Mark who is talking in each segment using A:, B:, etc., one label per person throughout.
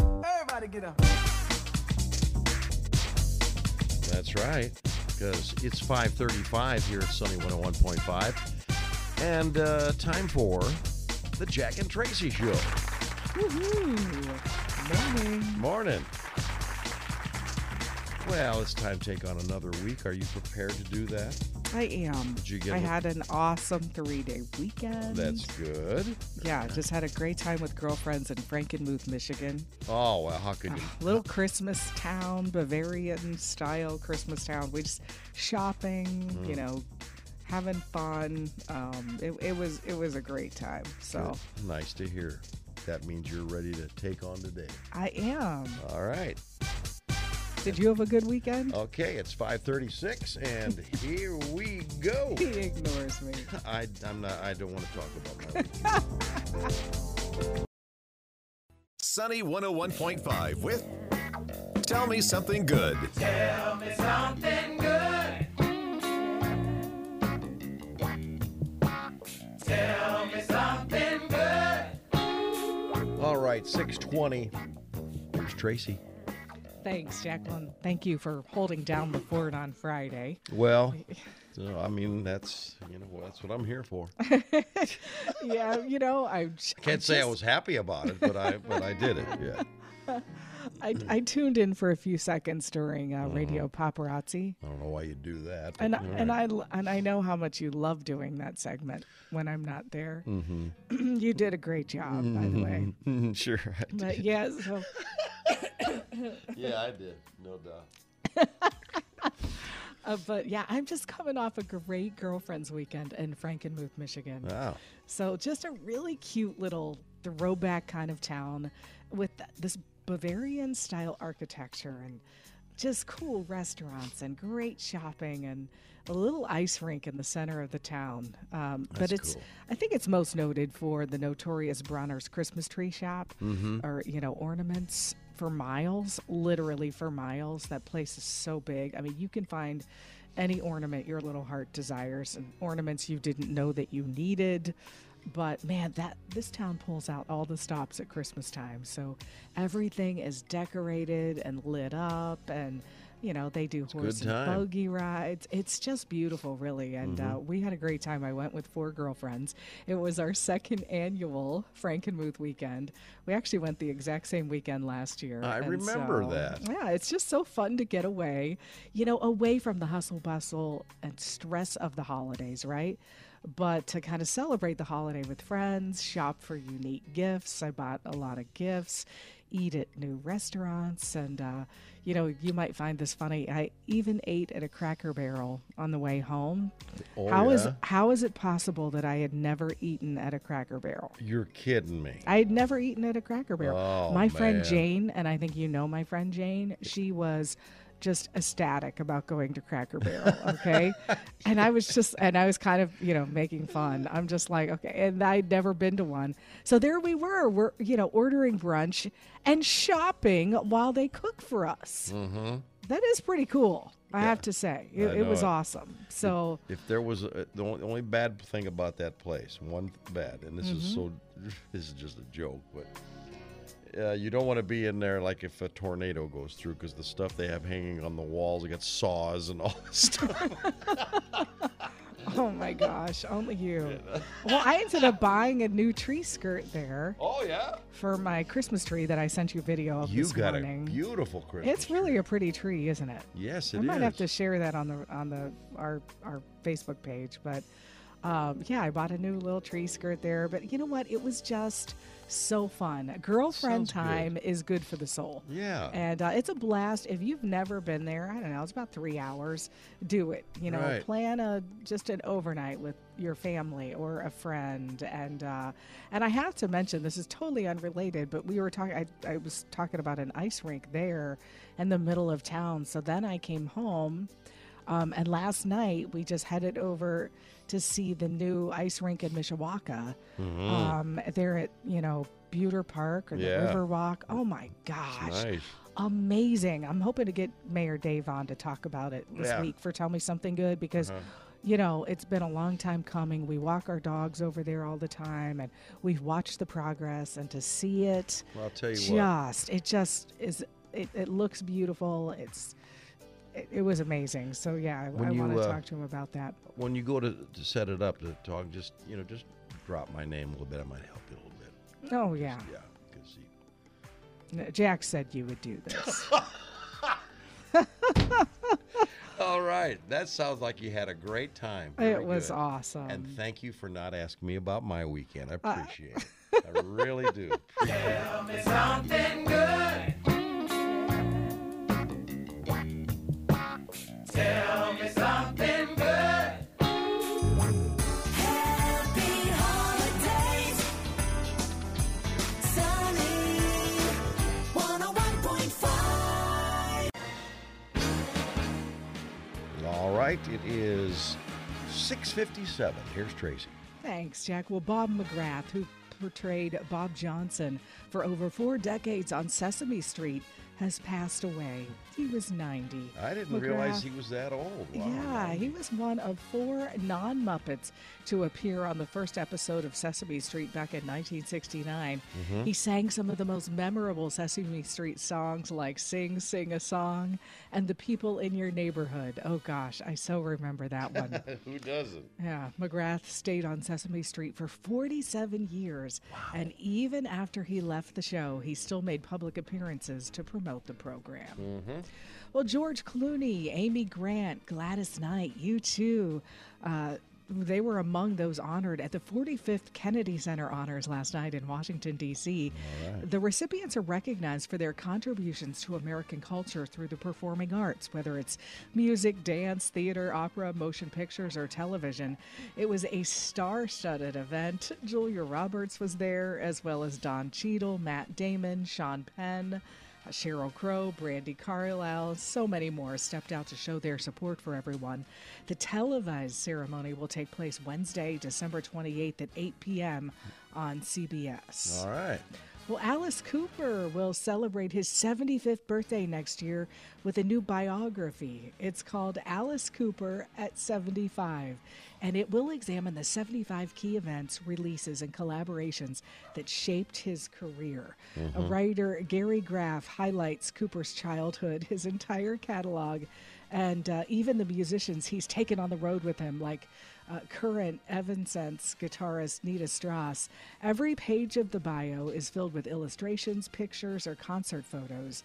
A: Everybody get up.
B: That's right, because it's 5:35 here at Sunny 101.5, and uh, time for the Jack and Tracy Show.
A: Woohoo. Morning.
B: Morning. Well, it's time to take on another week. Are you prepared to do that?
A: I am.
B: Did you get
A: I
B: a-
A: had an awesome three day weekend.
B: That's good.
A: yeah, just had a great time with girlfriends in Frankenmuth, Michigan.
B: Oh well, how could you?
A: Ah, little Christmas town, Bavarian style Christmas town. We just shopping,
B: Mm.
A: you know, having fun. Um, it, it was it was a great time. So
B: Good. Nice to hear. That means you're ready to take on today.
A: I am.
B: All right.
A: Did you have a good weekend?
B: Okay, it's 5:36, and here we go.
A: He ignores me.
B: I, I'm not. I don't want to talk about my week.
C: Sunny 101.5 with Tell Me Something Good.
B: All right, 620. Here's Tracy.
A: Thanks, Jacqueline. Thank you for holding down the fort on Friday.
B: Well, so, I mean, that's, you know, that's what I'm here for. I
A: Yeah, you know, I
B: can't say I was happy about it, but I but I did it. Yeah.
A: I, I tuned in for a few seconds during uh, Radio Paparazzi.
B: I don't know why you do that.
A: And,
B: but all
A: and
B: right.
A: I l- and I know how much you love doing that segment when I'm not there. you did a great job, by the way.
B: Mm-hmm. sure. I did.
A: But yeah, so
B: Yeah, I did. No doubt.
A: uh, but yeah, I'm just coming off a great girlfriend's weekend in Frankenmuth, Michigan.
B: Wow.
A: So just a really cute little throwback kind of town with th- this Bavarian style architecture and just cool restaurants and great shopping and a little ice rink in the center of the town. Um, but it's,
B: cool.
A: I think it's most noted for the notorious Bronner's Christmas tree shop or, you know, ornaments for miles, literally for miles. That place is so big. I mean, you can find any ornament your little heart desires and ornaments you didn't know that you needed. But man, that this town pulls out all the stops at Christmas time. So everything is decorated and lit up and you know, they do horse and
B: time.
A: buggy rides. It's just beautiful, really. And uh, we had a great time. I went with four girlfriends. It was our second annual Frankenmuth weekend. We actually went the exact same weekend last year.
B: I
A: and
B: remember
A: so-
B: that.
A: yeah, it's just so fun to get away, you know, away from the hustle bustle and stress of the holidays, right? But to kind of celebrate the holiday with friends, shop for unique gifts. I bought a lot of gifts, eat at new restaurants, and uh, you know, you might find this funny. I even ate at a Cracker Barrel on the way home.
B: Oh,
A: How is
B: yeah?
A: how is it possible that I had never eaten at a Cracker Barrel?
B: You're kidding me.
A: I had never eaten at a Cracker Barrel.
B: Oh,
A: my friend
B: man.
A: Jane, and I think you know my friend Jane, she was just ecstatic about going to Cracker Barrel, okay? and I was just and I was kind of, you know, making fun. I'm just like, okay, and I'd never been to one. So there we were, we're, you know, ordering brunch and shopping while they cook for us. That is pretty cool. I have to say, it, it
B: Mm-hmm. know
A: was
B: it.
A: awesome. So,
B: If there was a, the only, the only bad thing about that place, one bad, and this is so,
A: Mm-hmm.
B: this is just a joke, but uh, you don't want to be in there like if a tornado goes through because the stuff they have hanging on the walls, they got saws and all this stuff.
A: oh my gosh, only you. Well, I ended up buying a new tree skirt there.
B: oh yeah,
A: for my Christmas tree that I sent you video of
B: you
A: this
B: got a
A: morning.
B: beautiful Christmas.
A: it's really a pretty tree, isn't it?
B: yes, it
A: I
B: is.
A: might have to share that on the on the our our Facebook page, but um, yeah, I bought a new little tree skirt there. But you know what? It was just so fun. Girlfriend
B: Sounds good.
A: time is good for the soul.
B: Yeah.
A: and uh, it's a blast. If you've never been there, I don't know, it's about three hours. Do it. You know,
B: Right.
A: plan a just an overnight with your family or a friend. And uh, and I have to mention, this is totally unrelated, but we were talking. I, I was talking about an ice rink there in the middle of town. So then I came home. Um, and last night we just headed over to see the new ice rink in Mishawaka. Um, they're at you know Buter Park or the
B: Mm-hmm. Yeah.
A: River Walk. Oh my gosh,
B: nice.
A: amazing. I'm hoping to get Mayor Dave on to talk about it this
B: Yeah. Uh-huh.
A: week for Tell Me Something Good because you know, it's been a long time coming. We walk our dogs over there all the time and we've watched the progress and to see it
B: Well, I'll tell you what.
A: just it just is it, it looks beautiful. It's it, it was amazing. So yeah, I,
B: When
A: I
B: you,
A: want to
B: uh,
A: talk to him about that.
B: When you go to, to set it up to talk, just you know, just drop my name a little bit. I might help you a little bit.
A: Oh yeah.
B: Yeah, because you,
A: No, Jack said you would do this.
B: all right, that sounds like you had a great time.
A: it
B: Very
A: was
B: good.
A: awesome. Uh,
B: And thank you for not asking me about my weekend. I appreciate it. I really do.
D: Happy holidays, sunny, 101.5.
B: All right, it is 6:57. Here's Tracy.
A: Thanks, Jack. Well, Bob McGrath, who portrayed Bob Johnson for over four decades on Sesame Street, has passed away. He was 90.
B: I didn't realize
A: McGrath-
B: he was that old. Wow.
A: Yeah, he was one of four non Muppets to appear on the first episode of Sesame Street back in 1969.
B: Mm-hmm.
A: He sang some of the most memorable Sesame Street songs like Sing, Sing a Song and The People in Your Neighborhood. Oh gosh, I so remember that one.
B: Who doesn't?
A: Yeah, McGrath stayed on Sesame Street for 47 years. And even after he left the show, he still made public appearances to promote the program. Well, George Clooney, Amy Grant, Gladys Knight, you too. Uh, they were among those honored at the 45th Kennedy Center Honors last night in Washington, D.C. The recipients are recognized for their contributions to American culture through the performing arts, whether it's music, dance, theater, opera, motion pictures, or television. It was a star studded event. Julia Roberts was there, as well as Don Cheadle, Matt Damon, Sean Penn. Uh, Cheryl Crow, Brandy Carlisle, so many more stepped out to show their support for everyone. The televised ceremony will take place Wednesday, December 28th at 8 p.m. on CBS.
B: All right.
A: Well, Alice Cooper will celebrate his 75th birthday next year with a new biography. It's called Alice Cooper at 75, and it will examine the 75 key events, releases, and collaborations that shaped his career. A writer, Gary Graff, highlights Cooper's childhood, his entire catalog, and uh, even the musicians he's taken on the road with him, like uh, current Evanescence guitarist Nita Strauss. Every page of the bio is filled with illustrations, pictures, or concert photos.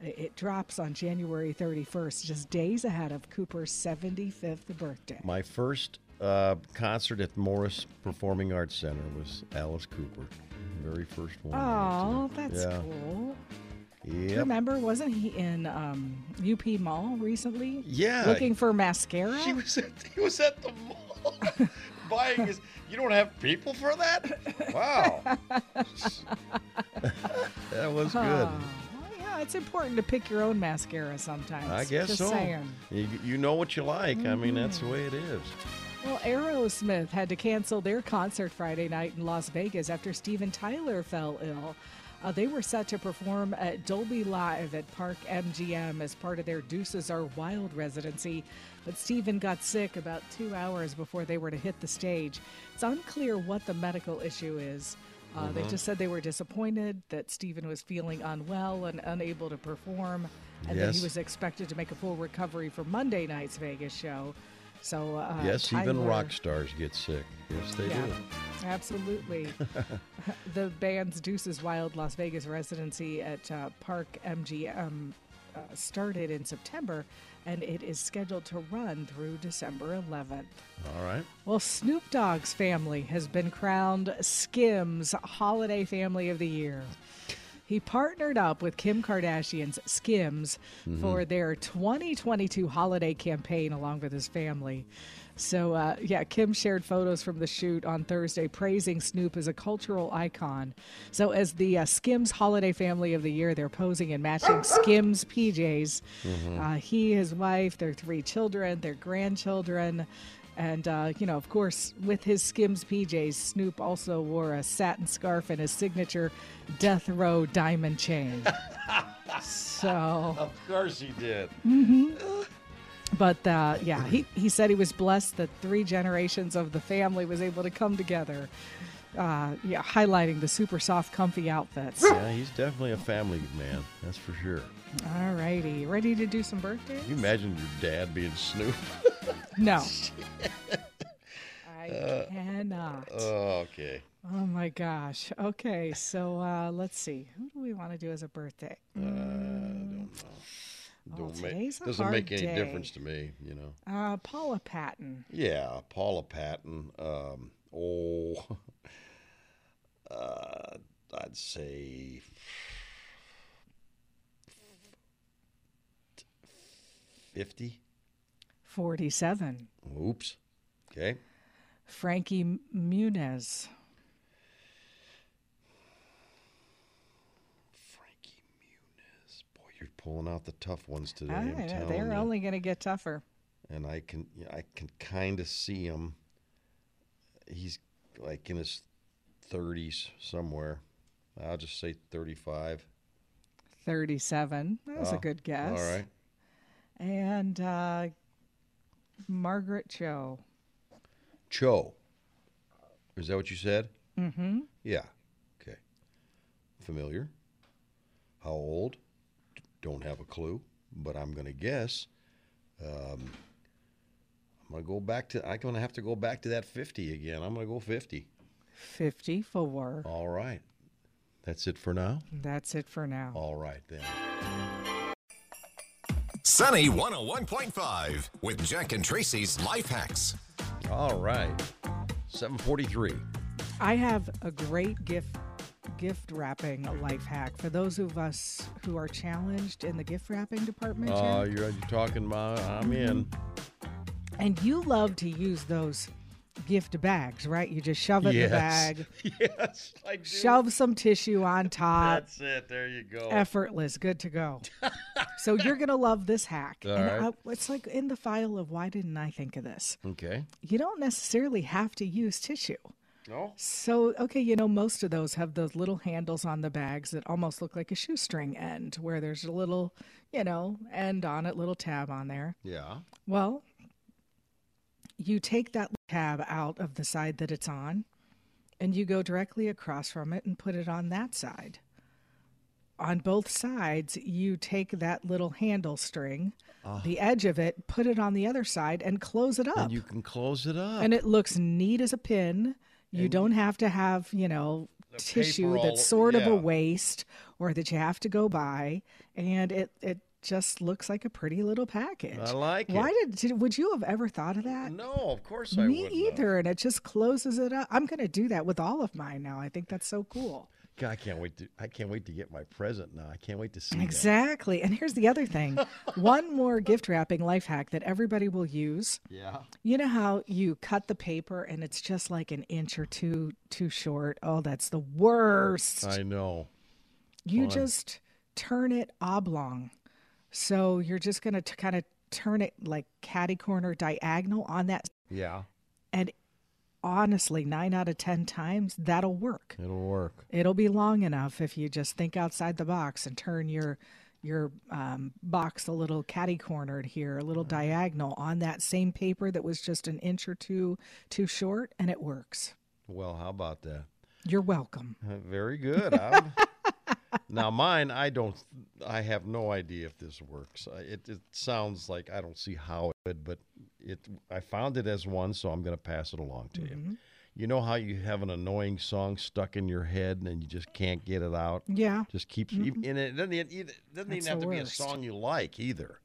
A: I- It drops on January 31st, just days ahead of Cooper's 75th birthday.
B: My first uh, concert at Morris Performing Arts Center was Alice Cooper. Very first one.
A: Oh, that's
B: yeah.
A: cool. Do you
B: Yep.
A: Remember, wasn't he in um, UP Mall recently?
B: Yeah.
A: Looking for mascara?
B: She was at, he was at the mall buying his. You don't have people for that? Wow. that was good.
A: Oh, well, yeah, it's important to pick your own mascara sometimes.
B: I guess
A: Just
B: so.
A: saying. Mm.
B: You, you know what you like. I mean, that's the way it is.
A: Well, Aerosmith had to cancel their concert Friday night in Las Vegas after Steven Tyler fell ill. Uh, they were set to perform at Dolby Live at Park MGM as part of their Deuces Are Wild residency, but Steven got sick about two hours before they were to hit the stage. It's unclear what the medical issue is. Uh, They just said they were disappointed that Steven was feeling unwell and unable to perform, and that
B: Yes.
A: he was expected to make a full recovery for Monday night's Vegas show. So uh,
B: yes, even
A: Tyler-
B: rock stars get sick. Yes, they
A: Yeah,
B: do.
A: absolutely. the band's Deuces Wild Las Vegas residency at uh, Park MGM uh, started in September, and it is scheduled to run through December 11th.
B: All right.
A: Well, Snoop Dogg's family has been crowned Skim's Holiday Family of the Year. He partnered up with Kim Kardashian's Skims for their 2022 holiday campaign along with his family. So, uh, yeah, Kim shared photos from the shoot on Thursday praising Snoop as a cultural icon. So, as the uh, Skims Holiday Family of the Year, they're posing in matching Skims PJs. Uh, he, his wife, their three children, their grandchildren. And, uh, you know, of course, with his Skims PJs, Snoop also wore a satin scarf and his signature Death Row diamond chain. so,
B: Of course he did.
A: But uh, yeah, he, he said he was blessed that three generations of the family was able to come together. Uh, yeah, highlighting the super soft, comfy outfits.
B: Yeah, he's definitely a family man. That's for sure.
A: All righty, ready to do some birthdays?
B: Can you imagine your dad being Snoop?
A: No, I cannot.
B: Oh, okay.
A: Oh my gosh. Okay, so uh, let's see. Who do we want to do as a birthday?
B: Uh.
A: Oh,
B: Don't make-
A: today's a
B: doesn't make
A: hard
B: any
A: day.
B: difference to me, you know.
A: Uh, Paula Patton.
B: Yeah, Paula Patton. Um, oh, uh, I'd say fifty.
A: 47.
B: Oops. Okay.
A: Frankie M- Muniz.
B: Frankie Muniz. Boy, you're pulling out the tough ones today.
A: I
B: I'm
A: know,
B: telling
A: Ah, they're
B: you.
A: only going to get tougher.
B: and I can you know, I can kind of see him. He's like in his thirties somewhere. I'll just say thirty-five.
A: 37. That was a
B: Oh,
A: good guess.
B: All right.
A: And uh, Margaret Cho.
B: Cho. Is that what you said? Mm-hmm. Yeah. Okay. Familiar. How old? D- Don't have a clue, but I'm gonna guess. Um, I'm gonna go back to. I'm gonna have to go back to that 50 again. I'm gonna go 50.
A: 54.
B: All right. That's it for now.
A: That's it for now.
B: All right then.
C: Sunny 101.5 with Jack and Tracy's Life Hacks.
B: All right. 743.
A: I have a great gift gift wrapping life hack for those of us who are challenged in the gift wrapping department. Jen.
B: Uh, you're, you're talking about I'm in.
A: And you love to use those gift bags, right? You just shove it in the bag,
B: yes, I do.
A: shove some tissue on top.
B: That's it. There you go.
A: Effortless, good to go. so you're gonna love this hack. and
B: right.
A: I, it's like in the file of why didn't I think of this?
B: okay.
A: You don't necessarily have to use tissue.
B: No.
A: So okay, you know most of those have those little handles on the bags that almost look like a shoestring end, where there's a little, you know, end on it, little tab on there.
B: Yeah.
A: Well, you take that tab out of the side that it's on and you go directly across from it and put it on that side. On both sides, you take that little handle string, the edge of it, put it on the other side, and close it up.
B: Ah. And you can close it up.
A: And it looks neat as a pin. You don't have to have, you know, tissue
B: paper all-
A: that's sort of
B: yeah.
A: a waste or that you have to go buy. And it, it just looks like a pretty little package.
B: I like
A: Why
B: it.
A: did, did would you have ever thought of that?
B: no, of course I
A: Me
B: wouldn't. have.
A: either. And it just closes it up. I'm going to do that with all of mine now. I think that's so cool.
B: God, I can't wait to I can't wait to get my present now. I can't wait to see that.
A: Exactly. And here's the other thing one more gift wrapping life hack that everybody will use.
B: Yeah.
A: You know how you cut the paper and it's just like an inch or two too short? Oh, that's the worst.
B: I know.
A: you just turn it oblong. So you're just going to kind of turn it like catty corner diagonal on that.
B: Yeah.
A: And honestly, nine out of 10 times, that'll work.
B: It'll work.
A: It'll be long enough if you just think outside the box and turn your your um, box a little catty cornered here, a little
B: Mm-hmm.
A: diagonal on that same paper that was just an inch or two too short, and it works.
B: Well, how about that?
A: You're welcome.
B: Uh, Very good. I'm- now mine, I don't. I have no idea if this works. I- It, it sounds like I don't see how it would, but it. I found it as one, so I'm going to pass it along to
A: Mm-hmm.
B: you. You know how you have an annoying song stuck in your head and you just can't get it out.
A: Yeah,
B: Just keeps, even and it doesn't, even- it
A: Mm-hmm.
B: doesn't
A: That's
B: even have
A: the
B: to be a
A: worst.
B: song you like either.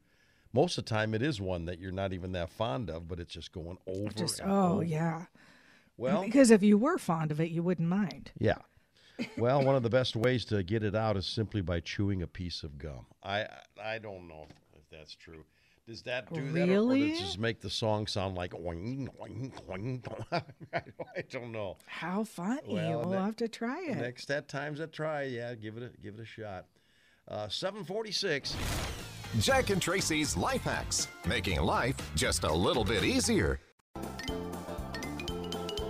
B: Most of the time, it is one that you're not even that fond of, but it's just going over.
A: just
B: and
A: oh
B: over.
A: yeah.
B: Well,
A: because if you were fond of it, you wouldn't mind.
B: yeah. Well, one of the best ways to get it out is simply by chewing a piece of gum. I I don't know if that's true. Does that do that, or- or
A: Really?
B: does it just make the song sound like oing, oing, oing, oing? I don't- I don't know.
A: How funny!
B: Well,
A: we'll
B: ne-
A: have to try it.
B: Next that time's a try. Yeah, give it a give it a shot. Uh, Seven forty six.
C: Jack and Tracy's Life Hacks, making life just a little bit easier.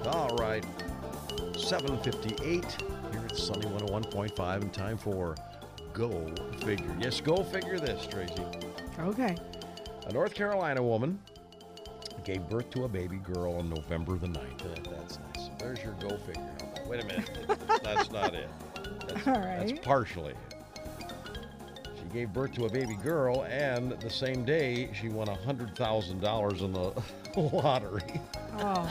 B: All right. Seven fifty eight. Here at Sunny one hundred one point five, and time for go figure. Yes, go figure this, Tracy.
A: Okay.
B: A North Carolina woman gave birth to a baby girl on November the 9th. Uh, That's nice. There's your go figure. Wait a minute. That's not it.
A: All
B: That's
A: right.
B: partially. She gave birth to a baby girl, and the same day she won hundred thousand dollars in the lottery.
A: oh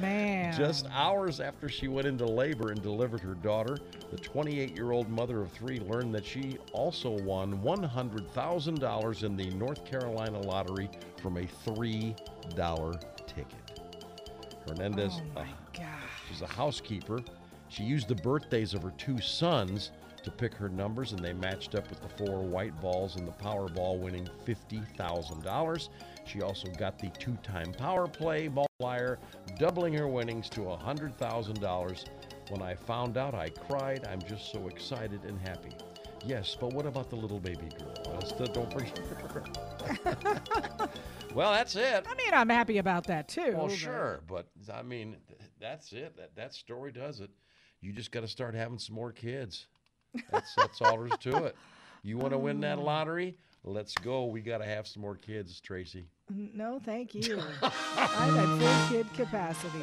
A: man.
B: Just hours after she went into labor and delivered her daughter, the 28-year-old mother of three learned that she also won one hundred thousand dollars in the North Carolina lottery from a three-dollar ticket. Hernandez.
A: Oh my
B: uh,
A: god.
B: She's a housekeeper. She used the birthdays of her two sons to pick her numbers, and they matched up with the four white balls and the Powerball, winning $50,000. She also got the two time power play multiplier, doubling her winnings to $100,000. When I found out, I cried. I'm just so excited and happy. Yes, but what about the little baby girl? I still don't forget her. well, that's it.
A: I mean, I'm happy about that too.
B: Well,
A: but-
B: sure, but I mean, th- that's it. That that story does it. You just got to start having some more kids. That's that's all there's to it. You want to win that lottery? Let's go. We got to have some more kids, Tracy.
A: No, thank you. I'm at full kid capacity.